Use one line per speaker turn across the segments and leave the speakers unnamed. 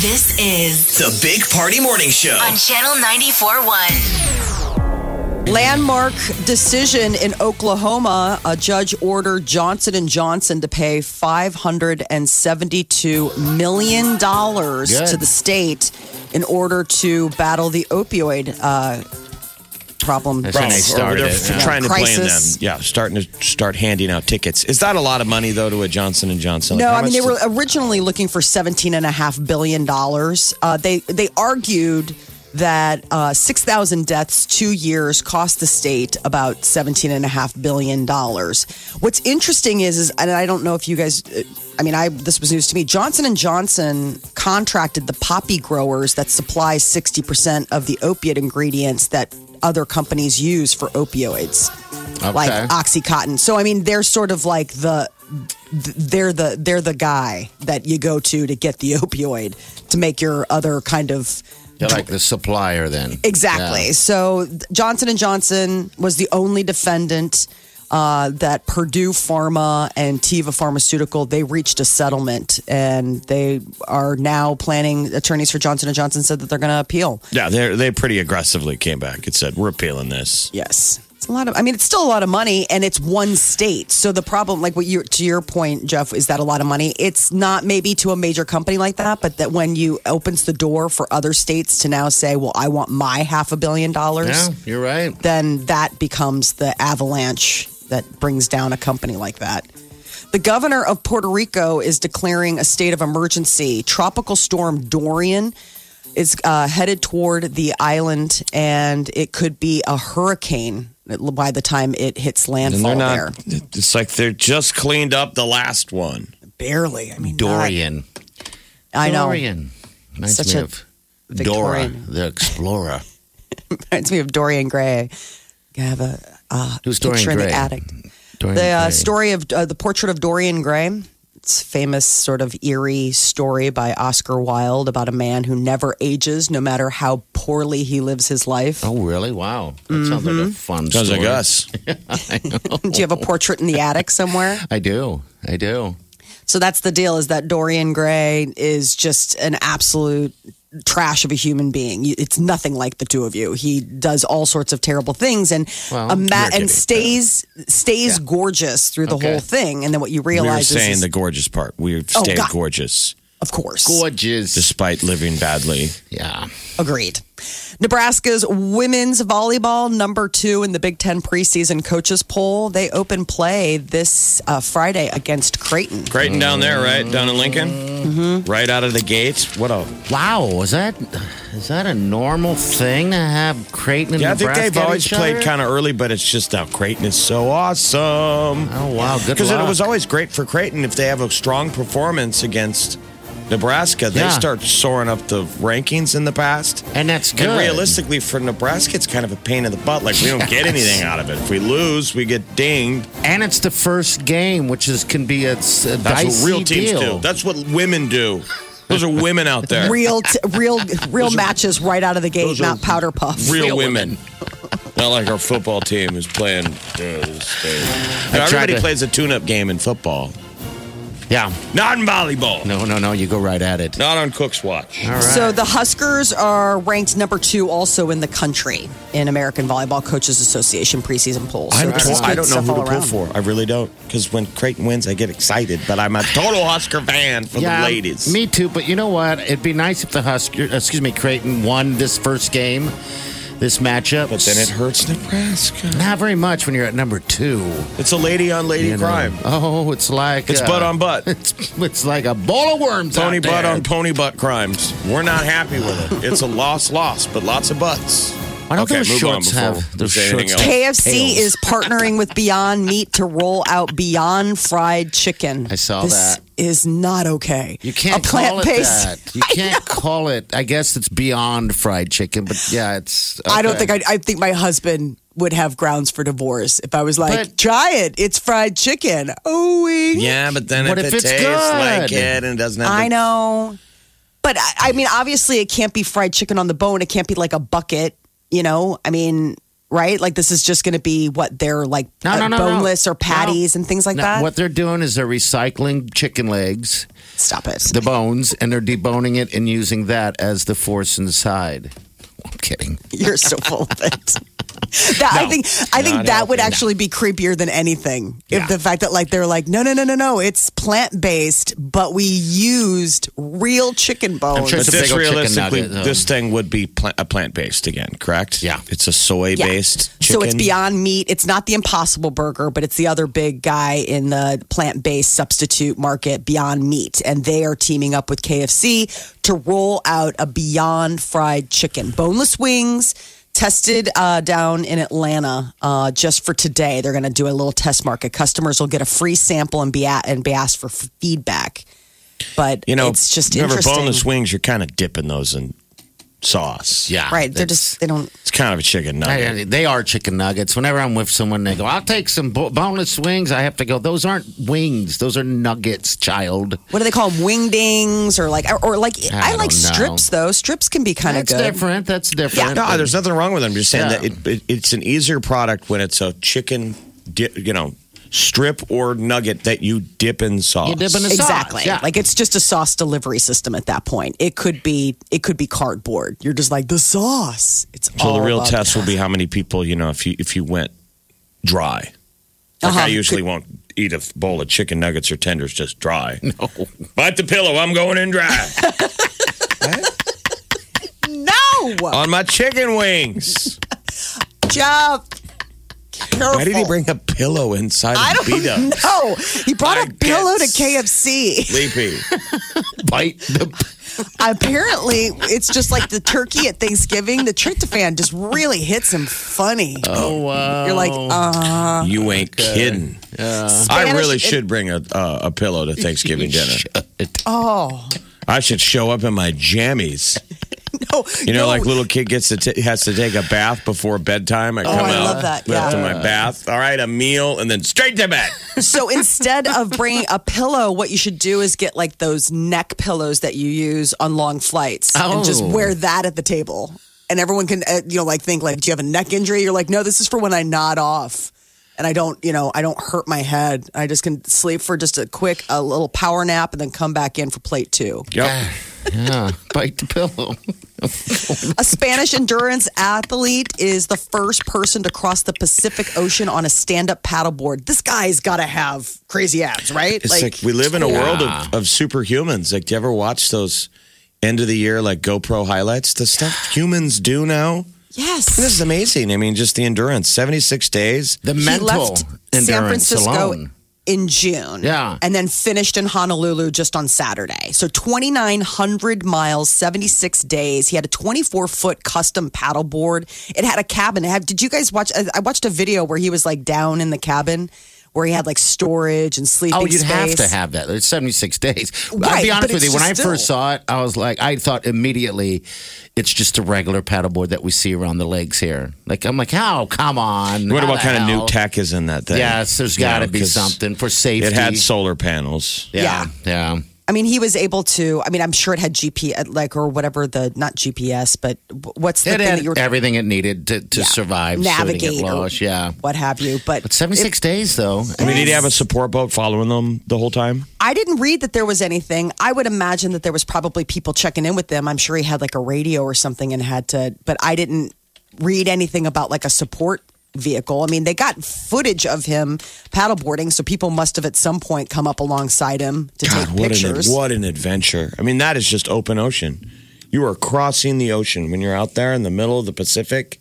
This is
The Big Party Morning Show.
on Channel 94.1.
Landmark decision in Oklahoma. A judge ordered Johnson and Johnson to pay $572 million to the state in order to battle the opioid uh, problem.
That's when they
Or
started
they're
it.
f- trying to blame them.
Crisis.
Yeah, starting to start handing out tickets. Is that a lot of money though to a Johnson and Johnson? Like,
No,
how
I mean they
much did-
were originally looking for seventeen and a half billion dollars. Uh, they they argued that uh, six thousand deaths, two years, cost the state about seventeen and a half billion dollars. What's interesting is, is and I don't know if you guys. uh, I mean, I this was news to me. Johnson and Johnson contracted the poppy growers that supply sixty percent of the opiate ingredients that other companies use for opioids like OxyContin. So I mean, they're sort of like the th- they're the they're the guy that you go to to get the opioid to make your other kind of
They're like the supplier then.
exactly.
Yeah.
So th- Johnson and Johnson was the only defendant uh, that Purdue Pharma and Teva Pharmaceutical they reached a settlement, and they are now planning. Attorneys for Johnson and Johnson said that they're going to appeal.
Yeah, they they pretty aggressively came back and said we're appealing this.
Yes. It's a lot of I mean it's still a lot of money and it's one state. So the problem like what you to your point Jeff is that a lot of money. It's not maybe to a major company like that, but that when you opens the door for other states to now say, "Well, I want my half a billion dollars."
Yeah, you're right.
then that becomes the avalanche that brings down a company like that. The governor of Puerto Rico is declaring a state of emergency. Tropical storm Dorian is uh, headed toward the island, and it could be a hurricane by the time it hits
And
landfall
they're not.
there.
It's like they're just cleaned up the last one.
Barely. I mean,
Dorian.
I know.
Dorian. Reminds
Such
me
a
of Dora,
Victorian.
the explorer.
Reminds me of Dorian Gray. I have a uh,
Who's Dorian
picture in
Gray?
the attic.
Dorian
the uh,
Gray.
story of uh, the portrait of Dorian Gray. It's a famous sort of eerie story by Oscar Wilde about a man who never ages, no matter how poorly he lives his life.
Oh, really? Wow. That sounds
Mm-hmm.
like a fun
Sounds
story.
like us.
Do you have a portrait in the attic somewhere?
I do. I do.
So that's the deal: is that Dorian Gray is just an absolute trash of a human being. You- It's nothing like the two of you. He does all sorts of terrible things, and
Well,
a ma-
you're
and
getting
stays stays gorgeous through the
Okay.
whole thing. And then what you
We were
realize is,
saying
is-
the gorgeous part. We
Oh,
stayed
God.
gorgeous
of course,
Gorgeous.
despite living badly.
yeah.
Agreed. Nebraska's women's volleyball number two in the Big Ten preseason coaches poll. They open play this uh, Friday against Creighton.
Creighton down there, right down in Lincoln,
Mm-hmm.
right out of the gate. What a
Wow. Is that is that a normal thing to have Creighton and
yeah! I think
Nebraska
they've
at
always
each
played
other?
kind of early, but it's just now Creighton is so awesome.
Oh wow. Good
Because it
luck.
was always great for Creighton if they have a strong performance against Nebraska. They
Yeah.
start soaring up the rankings in the past.
and that's good.
And realistically, for Nebraska, it's kind of a pain in the butt. Like, we don't get
Yes.
anything out of it. If we lose, we get dinged.
And it's the first game, which is can be a, s- a
That's
dicey
what real teams
deal.
do. That's what women do. Those are women out there.
Real, t- real, real matches right out of the gate, not powder puff.
Real women. Not like our football team who's playing. uh, Yeah, this thing.
I tried
everybody
to-
plays a tune up game in football,
yeah.
not in volleyball,
No, no, no. You go right at it.
not on Cook's watch.
All right.
So the Huskers are ranked number two, also in the country in American Volleyball Coaches Association preseason poll. So
I'm
this
told,
is
I
good
don't know
stuff
who to
all
pull
around.
for. I really don't. Because when Creighton wins, I get excited. But I'm a total Husker fan for the ladies.
Me too, but you know what? It'd be nice if the Husker, excuse me, Creighton won this first game, this matchup.
But then it hurts Nebraska.
not very much when you're at number two.
It's a lady on lady
you know.
crime.
Oh, it's like
It's butt on butt.
It's it's like a bowl of worms.
Pony
out there.
butt on pony butt crimes. We're not happy with it. It's a loss, loss, but lots of butts.
Why don't those
move on
shorts
before
have-
we
those
say anything
shorts-
else.
KFC
oh.
is partnering with Beyond Meat to roll out Beyond Fried Chicken.
I saw
This
that.
is not okay.
You can't
a plant
call it
based.
that. You can't call it. I guess it's beyond fried chicken, but yeah, it's.
I don't
okay.
think I, I think my husband would have grounds for divorce if I was like,
But-
try it. It's fried chicken. Oh,
Yeah, but then
What
if,
if
it
it's
tastes
good?
like it and doesn't have
I
the-
know. But I, I mean, obviously, it can't be fried chicken on the bone. It can't be like a bucket, you know? I mean, right? Like, this is just going to be what they're like
No,
uh,
no, no, no.
boneless or patties
No.
and things like
No,
that.
What they're doing is they're recycling chicken legs,
Stop it.
the bones, and they're deboning it and using that as the force inside. I'm kidding.
You're so full of it. That, I
No,
think I think
not
that would
healthy, no.
actually be creepier than anything.
Yeah.
If the fact that like they're like, no, no, no, no, no, it's plant based, but we used real chicken bones.
sure It's
But
a big
this
old chicken
realistically,
nugget, um,
this thing would be pla- a plant based again, correct?
Yeah.
it's a soy
Yeah.
based chicken.
So it's beyond meat. It's not the Impossible Burger, but it's the other big guy in the plant based substitute market, Beyond Meat. And they are teaming up with KFC to roll out a Beyond Fried Chicken. Boneless wings tested uh, down in Atlanta uh, just for today. They're going to do a little test market. Customers will get a free sample and be, at, and be asked for f- feedback. But
You know,
it's just
remember
interesting.
boneless wings? You're kind of dipping those in sauce.
Yeah,
Right. They're
that's-
just, they don't.
it's kind of a chicken nugget.
I- I- they are chicken nuggets. Whenever I'm with someone, they go, "I'll take some bo- boneless wings." I have to go. Those aren't wings. Those are nuggets, child.
what do they call them? Wingdings or like, or like, I,
I
like
don't know.
strips though. Strips can be kind of
That's
good.
different. That's different.
No, there's nothing wrong with them. I'm just saying
Yeah.
that it, it, it's an easier product when it's a chicken, di- you know, strip or nugget that you dip in sauce.
You dip in the sauce.
Exactly.
Yeah.
Like it's just a sauce delivery system at that point. It could be it could be cardboard. You're just like the sauce. It's
so
all
the real
about-
test will be how many people you know if you if you went dry. Like
Uh-huh.
I usually won't eat a bowl of chicken nuggets or tenders just dry. No, bite the pillow. I'm going in dry
No,
on my chicken wings.
Jeff. Careful.
Why did he bring a pillow inside
I
of Vita?
don't know. He brought a
I
pillow to
guess.
KFC.
Sleepy.
Uh-huh.
bite the
Apparently, it's just like the turkey at Thanksgiving. The tryptophan just really hits him funny.
oh wow.
You're like, uh,
you ain't kidding. I
Spanish-
really should bring a uh, a pillow to Thanksgiving dinner.
oh
I should show up in my jammies.
no,
You know,
no.
like little kid gets to t- has to take a bath before bedtime. I come
I
out,
love that,
lift
yeah.
in my bath. All right, a meal, and then straight to bed.
So instead of bringing a pillow, what you should do is get like those neck pillows that you use on long flights and just
Oh.
wear that at the table. And everyone can, uh, you know, like think like, do you have a neck injury? You're like, no, this is for when I nod off and I don't, you know, I don't hurt my head. I just can sleep for just a quick, a little power nap and then come back in for plate two.
Yep.
yeah, bite the pillow.
A Spanish endurance athlete is the first person to cross the Pacific Ocean on a stand-up paddleboard. This guy's got to have crazy abs, right?
It's like, we live in a world of, of superhumans. Like, do you ever watch those end of the year like GoPro highlights? The stuff humans do now.
yes.
This is amazing. I mean, just the endurance. Seventy six days.
The
He
mental
left
endurance
San Francisco
alone.
in June.
Yeah.
And then finished in Honolulu just on Saturday. So 2,900 miles, 76 days. He had a 24 foot custom paddleboard. It had a cabin. It had, did you guys watch? I I watched a video where he was like down in the cabin where he had like storage and sleeping
Oh, you'd have
space.
to have that. It's 76 days. I'll
Right,
be honest
but it's
with you. When I
just
first
still-
saw it, I was like, I thought immediately it's just a regular paddleboard that we see around the lakes here. Like, I'm like, how? Come on.
What
How
about
the
kind of new
hell?
tech is in that thing?
Yes, there's
You
got to
know,
be
'cause
something for safety.
It had solar panels.
Yeah. Yeah.
I mean, he was able to. I mean, I'm sure it had GPS, like, or whatever the, not GPS, but what's the thing
It
that
had
you were
everything it needed to, to
Yeah.
survive, So it
Navigate
didn't get
or
lost. Yeah.
What have you. But,
But 76 days, though.
I mean, did he have a support boat following them the whole time?
I didn't read that there was anything. I would imagine that there was probably people checking in with them. I'm sure he had like a radio or something and had to, but I didn't read anything about like a support vehicle. I mean, they got footage of him paddleboarding, so people must have at some point come up alongside him to take
what an,
pictures.
what an adventure. I mean, that is just open ocean. You are crossing the ocean when you're out there in the middle of the Pacific.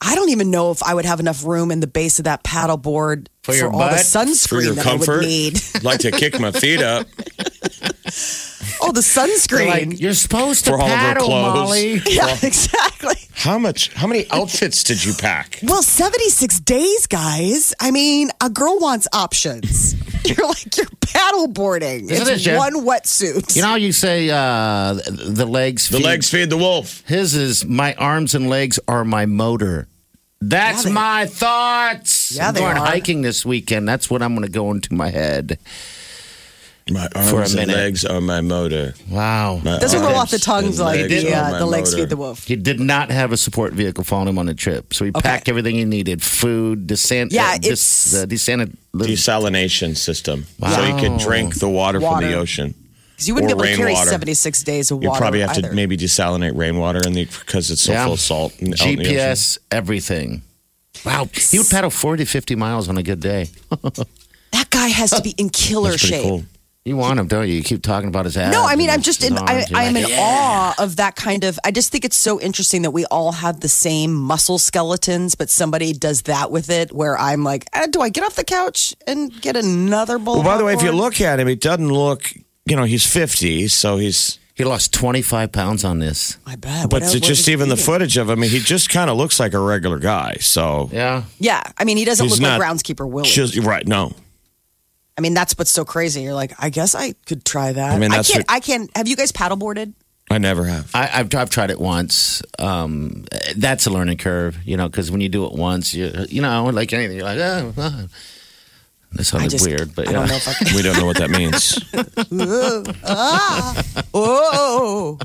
I don't even know if I would have enough room in the base of that paddleboard
For your
all the
butt?
sunscreen
For your
that I
comfort.
would need.
I'd like to kick my feet up.
Oh, the
They're
sunscreen.
Like, You're supposed to
For all of our
paddle,
clothes.
Molly.
yeah, exactly.
How much how many outfits did you pack?
Well, 76 days, guys. I mean, a girl wants options. you're like you're paddleboarding.
Isn't it,
it's
Jen?
one wetsuit.
You know how you say uh, the legs
The
feed-
legs feed the wolf.
His is my arms and legs are my motor. That's
Yeah, they-
my thoughts.
Yeah,
I'm
they
going
are.
hiking this weekend. That's what I'm going to go into my head.
My
For a
arms and
minute.
legs are my motor.
Wow.
My
doesn't roll off the
arms
tongue
and
like
legs
the,
are
uh,
my
the legs
motor.
feed the wolf.
He did not have a support vehicle following him on the trip, so he packed everything he needed: food, descent,
Yeah,
uh, dis-
it's-
uh, descent,
Desalination system. So you could drink the water, from the
Water.
ocean.
Because you wouldn't be
Or
able to carry
rainwater.
76 days of
You
water.
probably have
either.
to maybe desalinate rainwater in the because it's so
Yeah.
full of salt. and- out in the ocean.
GPS, everything. Wow, he would paddle 40, 50 miles on a good day.
That guy has to be in killer
That's pretty
shape.
cool.
You want him, don't you? You keep talking about his ass.
No, I mean, I'm just in, I, I am in
yeah.
awe of that kind of. I just think it's so interesting that we all have the same muscle skeletons, but somebody does that with it. Where I'm like, eh, do I get off the couch and get another bowl?
Well,
of
by the way, if you
popcorn?
look at him, he doesn't look. You know, he's 50, so he's.
He lost 25 pounds on this.
I bet. What-
But to
what is
just
he
even the
eating?
footage of him, I mean, he just kind of looks like a regular guy. So
Yeah.
Yeah, I mean, he doesn't
He's
look like
not
groundskeeper Willie.
just right, no,
I mean, that's what's so crazy. You're like, I guess I could try that.
I mean, that's
can't.
what-
I can't. Have you guys paddleboarded?
I never have.
I, I've, I've tried it once. Um, that's a learning curve, you know, because when you do it once, you you know, like anything, you're like, oh, oh. that
I
sounded
just
weird, but
I
yeah.
don't know if I can.
We don't know what that means.
Ah! Oh.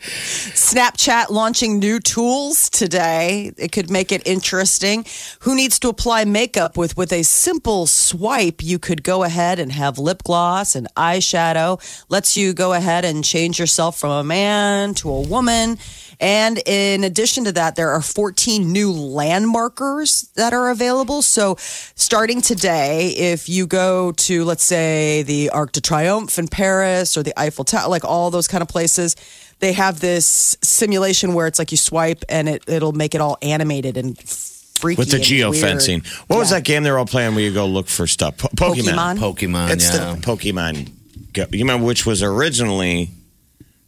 Snapchat launching new tools today. It could make it interesting. Who needs to apply makeup with with a simple swipe? You could go ahead and have lip gloss and eyeshadow. Lets you go ahead and change yourself from a man to a woman. And in addition to that, there are 14 new landmarkers that are available. So, starting today, if you go to, let's say, the Arc de Triomphe in Paris or the Eiffel Tower, like all those kind of places, they have this simulation where it's like you swipe and it, it'll make it all animated and freaky.
With the
and
geofencing.
weird.
What was
Yeah.
that game they were all playing where you go look for stuff? Po- Pokemon.
Pokemon?
Pokemon,
It's
yeah.
the Pokemon. Go. You remember which was originally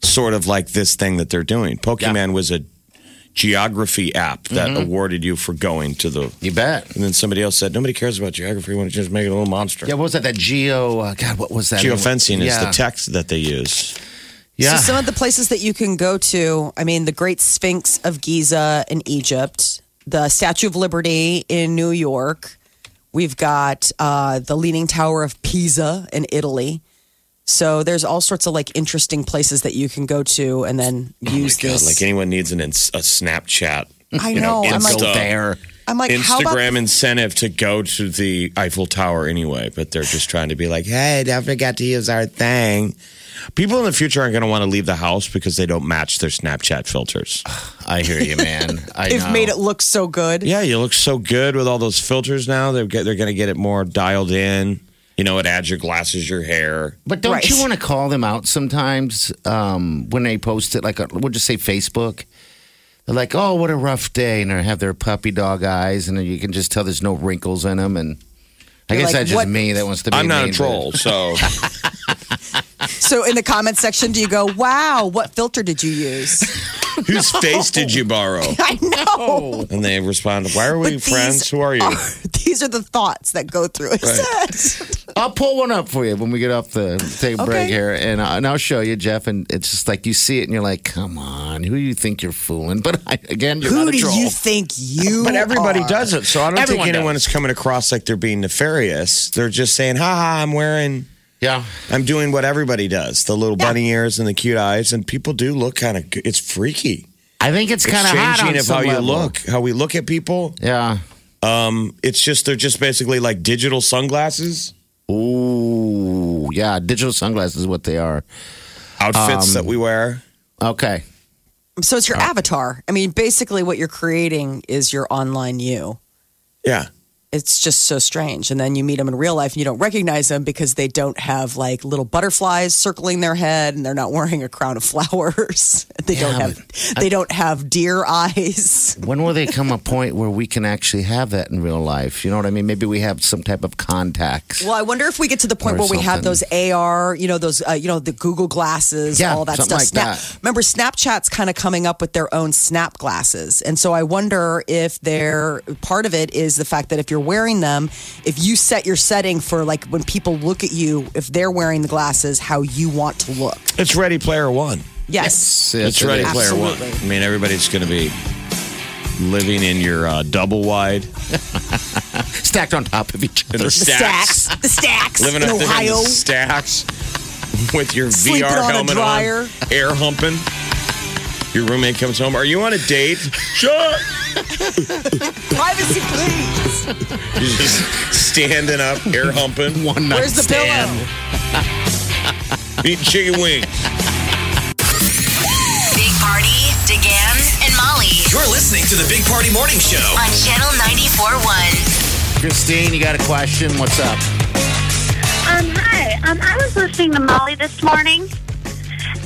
sort of like this thing that they're doing. Pokemon was a geography app that
Mm-hmm.
awarded you for going to the.
you bet.
And then somebody else said, nobody cares about geography. Why don't you just make it a little monster?
Yeah, what was that? That geo, uh, God, what was that?
Geofencing is
yeah.
the text that they use.
Yeah.
So some of the places that you can go to, I mean, the Great Sphinx of Giza in Egypt, the Statue of Liberty in New York. We've got uh, the Leaning Tower of Pisa in Italy. So there's all sorts of like interesting places that you can go to and then use
Oh God,
this.
like anyone needs an ins- a Snapchat.
I
you
know. I'm like,
Insta-
there.
I'm like, how about
Instagram incentive to go to the Eiffel Tower anyway, but they're just trying to be like, hey, I forgot to use our thing. People in the future aren't going to want to leave the house because they don't match their Snapchat filters.
I hear you, man. I
they've
know.
made it look so good?
yeah, you look so good with all those filters now. They're, get- they're going to get it more dialed in. You know, it adds your glasses, your hair.
But don't
Right.
you want to call them out sometimes um, when they post it? Like, uh, we'll just say Facebook. They're like, "Oh, what a rough day," and they have their puppy dog eyes, and then you can just tell there's no wrinkles in them. And I
You're
guess
like,
that's just
what-
me that wants to be.
I'm not a
named.
troll, so
So in the comment section, do you go, wow, what filter did you use?
whose face did you borrow?
I know.
And they respond, Why are we
But these
friends? Who are you?
These are the thoughts that go through his
Right.
head.
I'll pull one up for you when we get off the take a break
Okay.
here, and, I, and I'll show you, Jeff. And it's just like you see it, and you're like, "Come on, who you think you're fooling?" But I, again, you're
Who
not a
do
troll.
you think you?
But everybody
are?
does it. So I don't
Everyone
think anyone
does.
is coming across like they're being nefarious. They're just saying, ha ha, I'm wearing,
yeah,
I'm doing what everybody does the little bunny ears and the cute eyes. And people do look kind of, it's freaky.
I think it's
It's
kind of hot on
changing of
some
how you
level.
look, how we look at people.
Yeah.
It's just, they're just basically like digital sunglasses,
Ooh, yeah. Digital sunglasses is what they are.
outfits that we wear.
Okay.
So it's your avatar. I mean, basically, what you're creating is your online you.
Yeah.
It's just so strange. And then you meet them in real life and you don't recognize them because they don't have like little butterflies circling their head and they're not wearing a crown of flowers. they don't
Yeah,
have they don't have deer eyes.
When will they come a point where we can actually have that in real life? You know what I mean? Maybe we have some type of contacts.
Well, I wonder if we get to the point
Or
where we have those
something.
AR, you know, those, uh, you know, the Google glasses,
Yeah,
all that
something
stuff.
like
Snap-
that.
Remember, Snapchat's kind of coming up with their own Snap glasses, and so I wonder if they're part of it is the fact that if you're wearing them, if you set your setting for like when people look at you, if they're wearing the glasses, how you want to look.
It's Ready Player One.
Yes.
it's Ready
is.
Player One.
Absolutely.
I mean, everybody's going to be living in your uh, double wide.
Stacked on top of each
In
other.
the stacks.
The stacks.
Living
in
up there in
Ohio.
the stacks with your
Sleeping
VR
on a
helmet
dryer.
on, air humping. Your roommate comes home. Are you on a date? Sure.
Privacy, please.
You're just standing up, air humping,
One night
Where's the
stand.
pillow?
eating chicken wings.
Big Party, DeGan, and Molly
You're listening to the Big Party Morning Show.
on Channel 94.1.
Christine, you got a question? What's up?
Um, hi. Um, I was listening to Molly this morning,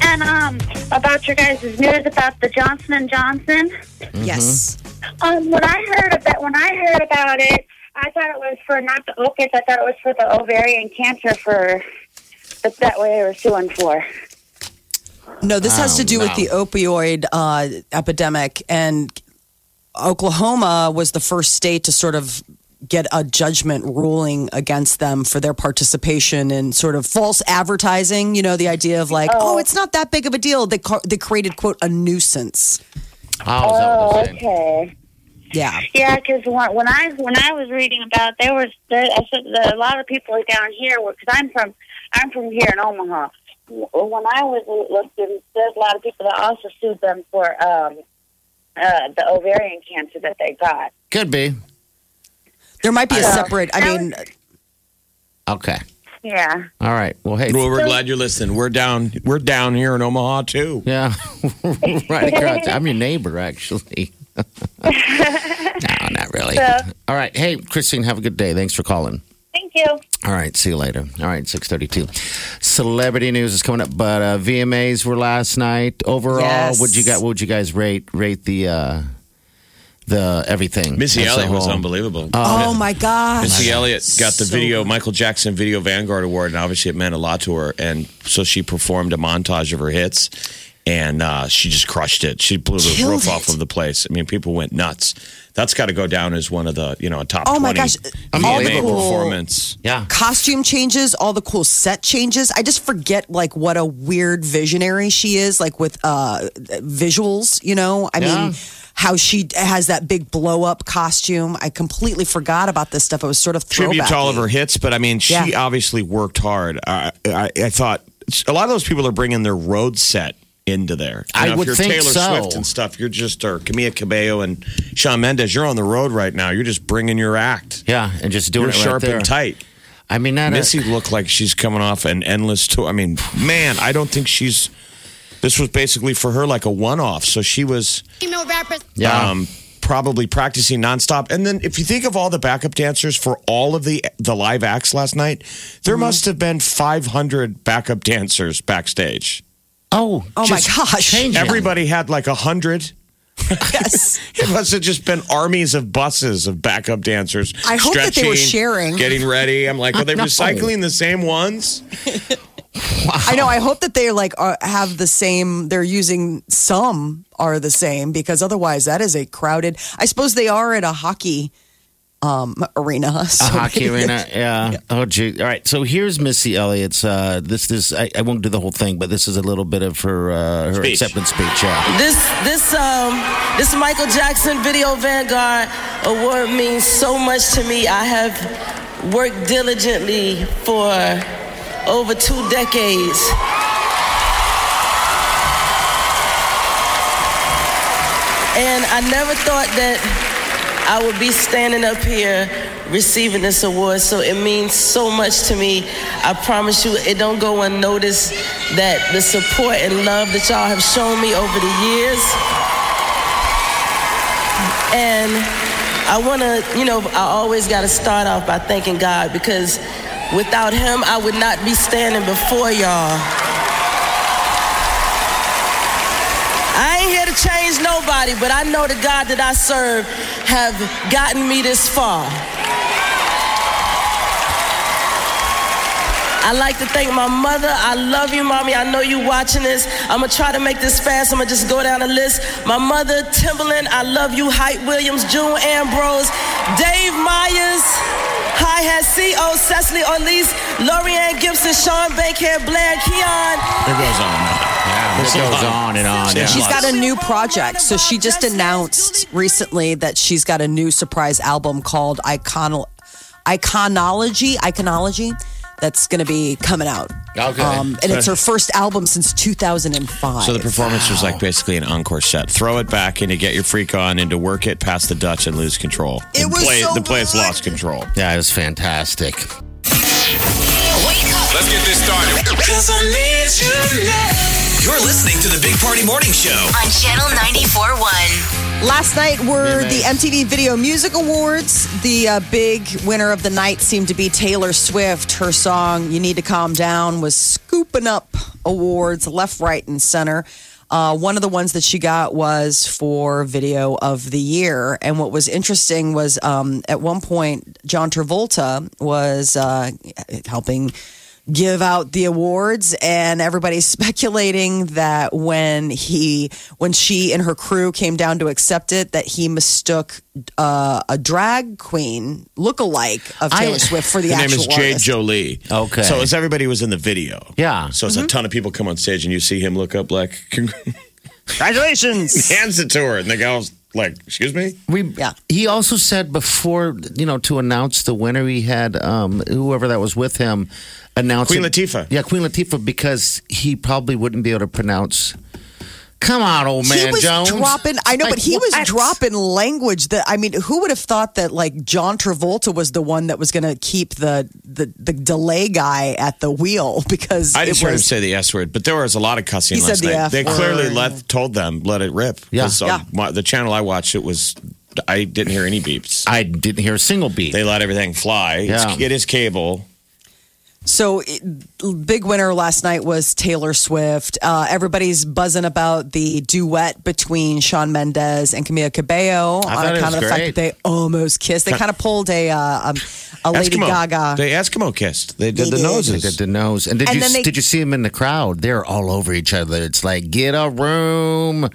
and um, about your guys' news about the Johnson and Johnson.
Mm-hmm.
Yes.
Um, when I heard about when I heard about it, I thought it was for not the opiates. I thought it was for the ovarian cancer for that that way they were suing for.
No, this has to do with the opioid uh, epidemic, and Oklahoma was the first state to sort of get a judgment ruling against them for their participation in sort of false advertising. You know, the idea of like, oh, it's not that big of a deal. They ca- they created quote a nuisance.
Oh, is that what
Oh,
they're saying?
okay.
Yeah,
Yeah, because when I when I was reading about it, there was there, I said that a lot of people down here because I'm from I'm from here in Omaha. W- When I was looking, there's a lot of people that also sued them for um, uh, the ovarian cancer that they got.
Could be.
there might be a separate. I mean,
Okay.
Yeah.
All right. Well, hey.
Well, we're glad you're listening. We're down. We're down here in Omaha too.
Yeah, right across. I'm your neighbor, actually. no, not really. All right. Hey, Christine, have a good day. Thanks for calling.
Thank you.
All right. See you later. All right. 632. Celebrity news is coming up, but uh, VMAs were last night. Overall,
Yes.
would you got? Would you guys rate rate the uh, the everything?
Missy
as a
Elliott was
whole?
unbelievable.
oh my gosh,
Missy Elliott got the
So
video
good.
Michael Jackson Video Vanguard Award, and obviously it meant a lot to her. And so she performed a montage of her hits, and uh, she just crushed it. She blew the
Killed
roof
it.
off of the place. I mean, people went nuts. That's got to go down as one of the you know a top
Oh, my
twenty
gosh.
VMA
Unbelievable.
performance.
Yeah.
costume changes, all the cool set changes. I just forget like what a weird visionary she is, like with uh visuals, you know? I mean how she has that big blow up costume. I completely forgot about this stuff. It was sort of
tribute
throwback.
to all of her hits, but I mean, she
Yeah.
obviously worked hard. I, I, I thought a lot of those people are bringing their road set into there. You
I
if
would
you're
think
Taylor
so.
Swift and stuff. You're just or Camila Cabello and Shawn Mendes. You're on the road right now. You're just bringing your act.
Yeah, and just doing
You're
it right
sharp
there.
and tight.
I mean, uh, not a-
Missy looked like she's coming off an endless tour. I mean, man, I don't think she's. This was basically for her like a one-off. So she was
female rappers.
yeah.
um, probably practicing nonstop. And then if you think of all the backup dancers for all of the the live acts last night, there must have been 500 backup dancers backstage.
oh,
Oh, my
just
gosh.
changing.
Everybody had like a hundred.
Yes.
It must have just been armies of buses of backup dancers.
I hope that they were
stretching,
sharing.
getting ready. I'm like, are they
I know.
recycling the same ones?
I know. I hope that they like are, have the same. They're using some are the same because otherwise that is a crowded. I suppose they are at a hockey um arena.
a
so
hockey
maybe
arena. Yeah. Oh, gee. All right. So here's Missy Elliott's. Uh, this this I, I won't do the whole thing, but this is a little bit of her uh, her
Speech.
acceptance speech. Yeah.
This this um this Michael Jackson Video Vanguard award means so much to me. I have worked diligently for over two decades. And I never thought that I would be standing up here receiving this award, so it means so much to me. I promise you, it don't go unnoticed that the support and love that y'all have shown me over the years. And I want to, you know, I always got to start off by thanking God because without Him, I would not be standing before y'all. I ain't here to change nobody, but I know the God that I serve have gotten me this far. I like to thank my mother. I love you, mommy. I know you watching this. I'm gonna try to make this fast. I'm gonna just go down the list. My mother, Timberland. I love you. Hype Williams, June Ambrose, Dave Myers. Hi has C.O. Cecily Orleans, Lorianne Gibson, Sean Baker, Blair Keon.
It goes on. Yeah,
It goes on and on.
Yeah.
Yeah.
She's got a new project. So she just announced recently that she's got a new surprise album called Iconol- Iconology. Iconology. That's going to be coming out. Um,
Okay.
and it's her first album since 2005.
So the performance was like basically an encore set. Throw it back and you get your freak on and to work it past the Dutch and lose control.
It
The
was
play-
so
the place
good.
lost control.
Yeah, it was fantastic.
Wake up.
Let's get this started. You're listening to the Big Party Morning Show.
On Channel 94.1.
Last night were the MTV Video Music Awards. The uh, big winner of the night seemed to be Taylor Swift. Her song "You Need to Calm Down" was scooping up awards left, right, and center. Uh, one of the ones that she got was for Video of the Year. And what was interesting was um, at one point John Travolta was uh, helping give out the awards and everybody's speculating that when he when she and her crew came down to accept it that he mistook uh, a drag queen lookalike of Taylor
I-
Swift for the,
The name
actual
is Jade
artist.
Jolie.
Okay.
So as everybody was in the video.
Yeah.
So it's a ton of people come on stage and you see him look up like
Congratulations.
hands it to her and the gal's like, excuse me?
We,
Yeah.
He also said before, you know, to announce the winner, he had um, whoever that was with him announce
Queen
it-
Latifah.
Yeah, Queen Latifah, because he probably wouldn't be able to pronounce. Come on, old man
he was
Jones.
dropping. I know,
Like,
but he
what?
was dropping language that I mean, who would have thought that like John Travolta was the one that was going to keep the, the the delay guy at the wheel because
I just
it
heard him
was
say the S word, but there was a lot of cussing
He
last
said the
night.
F
they
word.
clearly let told them let it rip.
Yeah.
'Cause, uh,
Yeah.
my- the channel I watched it was I didn't hear any beeps.
I didn't hear a single beat.
They let everything fly. It's,
Yeah.
it is cable.
So, it, big winner last night was Taylor Swift. Uh, everybody's buzzing about the duet between Sean Mendez and Camila Cabello
I
on
thought it
account of
was
the fact that
great.
they almost kissed. They kind of pulled a uh, um, a Lady
Eskimo.
Gaga.
They Eskimo kissed. They did
They
the
did.
noses.
They did the nose. And did
And
you
then they-
did you see him in the crowd? They're all over each other. It's like get a room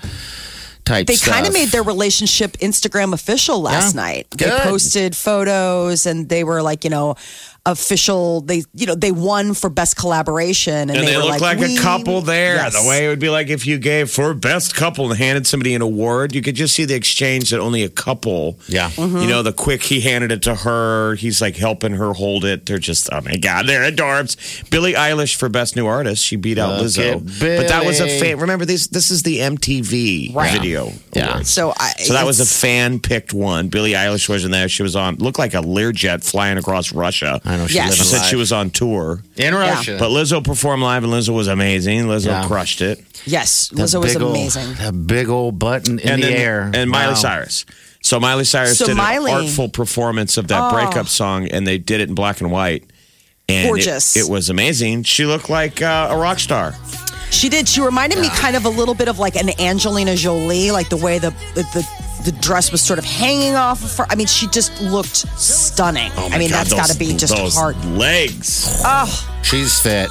type.
They kind of
stuff.
made their relationship Instagram official last
Yeah.
night. They
Good.
posted photos and they were like, you know, official. They, you know, they won for best collaboration, and,
and they,
were
look like,
"We-"
a couple there.
Yes.
The way it would be like if you gave for best couple and handed somebody an award, you could just see the exchange that only a couple.
Yeah.
You know, the quick he handed it to her, he's like helping her hold it. They're just, oh my God, they're adorbs. Billie Eilish for best new artist. She beat out
Look
Lizzo.
at
But that was a
Billie.
fan. Remember, this, this is the MTV video.
Yeah.
awards.
So I.
So that was a
it's-
fan picked one. Billie Eilish wasn't there. She was on, looked like a Learjet flying across Russia.
I know she's
Yes.
She
living
said
life.
she was on tour.
in Russia.
But Lizzo performed live, and Lizzo was amazing. Lizzo
Yeah.
crushed it.
yes.
That
Lizzo was
big old-
amazing.
that big old button in
and
the
then-
air.
And Miley
Wow.
Cyrus. So Miley Cyrus
So
did
Miley- Oh.
an artful performance of that breakup song, and they did it in black and white. And it-
Gorgeous.
It, was amazing. She looked like uh, a rock star.
She did. She reminded me kind of a little bit of like an Angelina Jolie, like the way the the the, the dress was sort of hanging off of her. I mean, she just looked stunning.
Oh
I mean, that's got to be just
those
hard.
legs.
She's fit.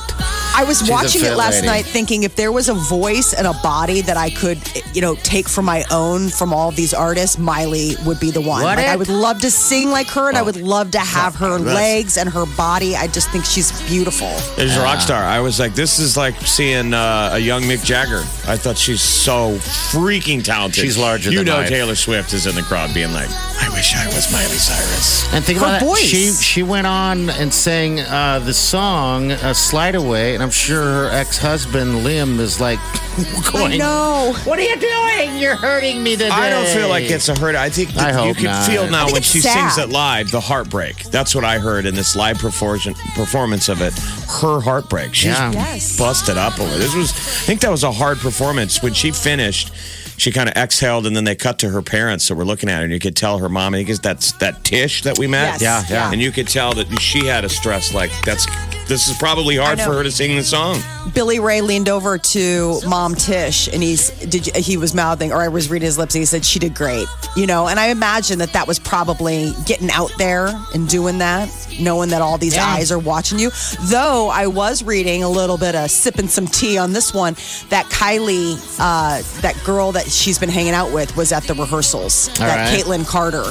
I was
a
watching it
fit
last
lady.
night, thinking if there was a voice and a body that I could, you know, take for my own from all these artists, Miley would be the one.
What
like, I
it? Oh.
would love to sing like her, and I would love to have her legs and her body. I just think she's beautiful.
There's a rock star. I was like, this is like seeing uh, a young Mick Jagger. I thought she's so freaking talented.
She's larger
You
than
know,
life.
Taylor Swift is in the crowd being like, I wish I was Miley Cyrus.
And think
Her
about
voice.
That. She she went on and sang uh, the song uh, "Slide Away," and I'm sure her ex husband Lim is like going.
I know.
What are you doing? You're hurting me today.
I don't feel like it's a hurt. I think that
I
you
hope
can
not.
feel now
I think
when
it's
she
sad.
sings it live, the heartbreak. That's what I heard in this live performance performance of it. Her heartbreak. She's
Yeah.
Yes.
busted up over it. this. Was I think that was a hard performance when she finished. She kind of exhaled, and then they cut to her parents that were looking at her, and you could tell her mom. I think it's that's that Tish that we
Yes.
met.
Yeah, yeah.
And you could tell that she had a stress like that's This is probably hard
I know.
for her to sing the song.
Billy Ray leaned over to Mom Tish, and he's did you- he was mouthing, or I was reading his lips. And he said she did great, you know. And I imagine that that was probably getting out there and doing that, knowing that all these eyes are watching you. Though I was reading a little bit of sipping some tea on this one that Kylie, uh, that girl that she's been hanging out with, was at the rehearsals.
All
that
right.
Caitlyn Carter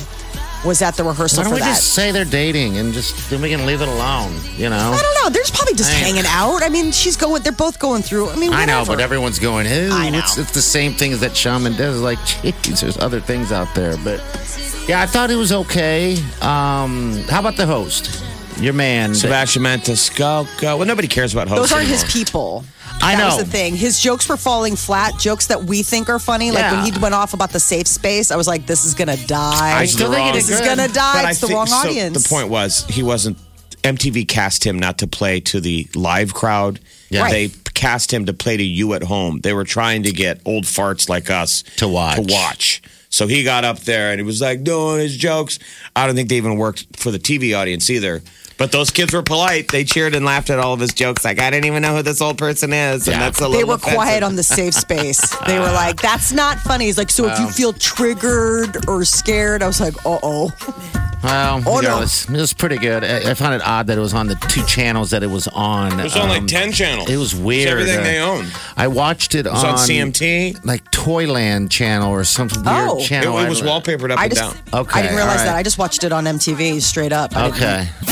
was at the rehearsal
Why don't
for
we
that.
just say they're dating and just then we can leave it alone? You know.
I don't know. They're just probably just
I-
hanging out. I mean, she's going. They're both going through. I mean,
I know,
whatever.
but everyone's going, Ew,
I know.
It's, it's the same things that Shaman does. Like, geez, there's other things out there. But yeah, I thought it was okay. Um, how about the host? Your man.
Sebastian Maniscalco. Well, nobody cares about hosts
Those aren't his
anymore.
people.
I
that
know.
was the thing. His jokes were falling flat. Jokes that we think are funny, like when
Yeah.
he went off about the safe space, I was like, "This is gonna die.
I still think it
this is
is
good.
gonna die.
But I
it's the
think-
wrong
so
audience."
The point was he wasn't. MTV cast him not to play to the live crowd.
Yeah. Right.
They cast him to play to you at home. They were trying to get old farts like us
To watch.
To watch. So he got up there and he was like doing his jokes. I don't think they even worked for the TV audience either. But those kids were polite. They cheered and laughed at all of his jokes. Like I didn't even know who this old person is, and
Yeah.
that's a
they
little.
were
offensive.
quiet on the safe space. They were like, "That's not funny." He's like, "So if you feel triggered or scared," I was like, "Uh oh."
Well,
Oh, no.
regardless, it was pretty good. I, I found it odd that it was on the two channels that it was on. um,
It was on like ten channels.
It was weird.
It's everything
Uh,
they owned.
I watched it,
was on CMT.
like Toyland channel or some weird
Oh.
It,
channel.
it was
I don't-
wallpapered up
I
and
just
down.
Okay,
I didn't realize
all right.
that. I just watched it on MTV straight up. I didn't-
Okay.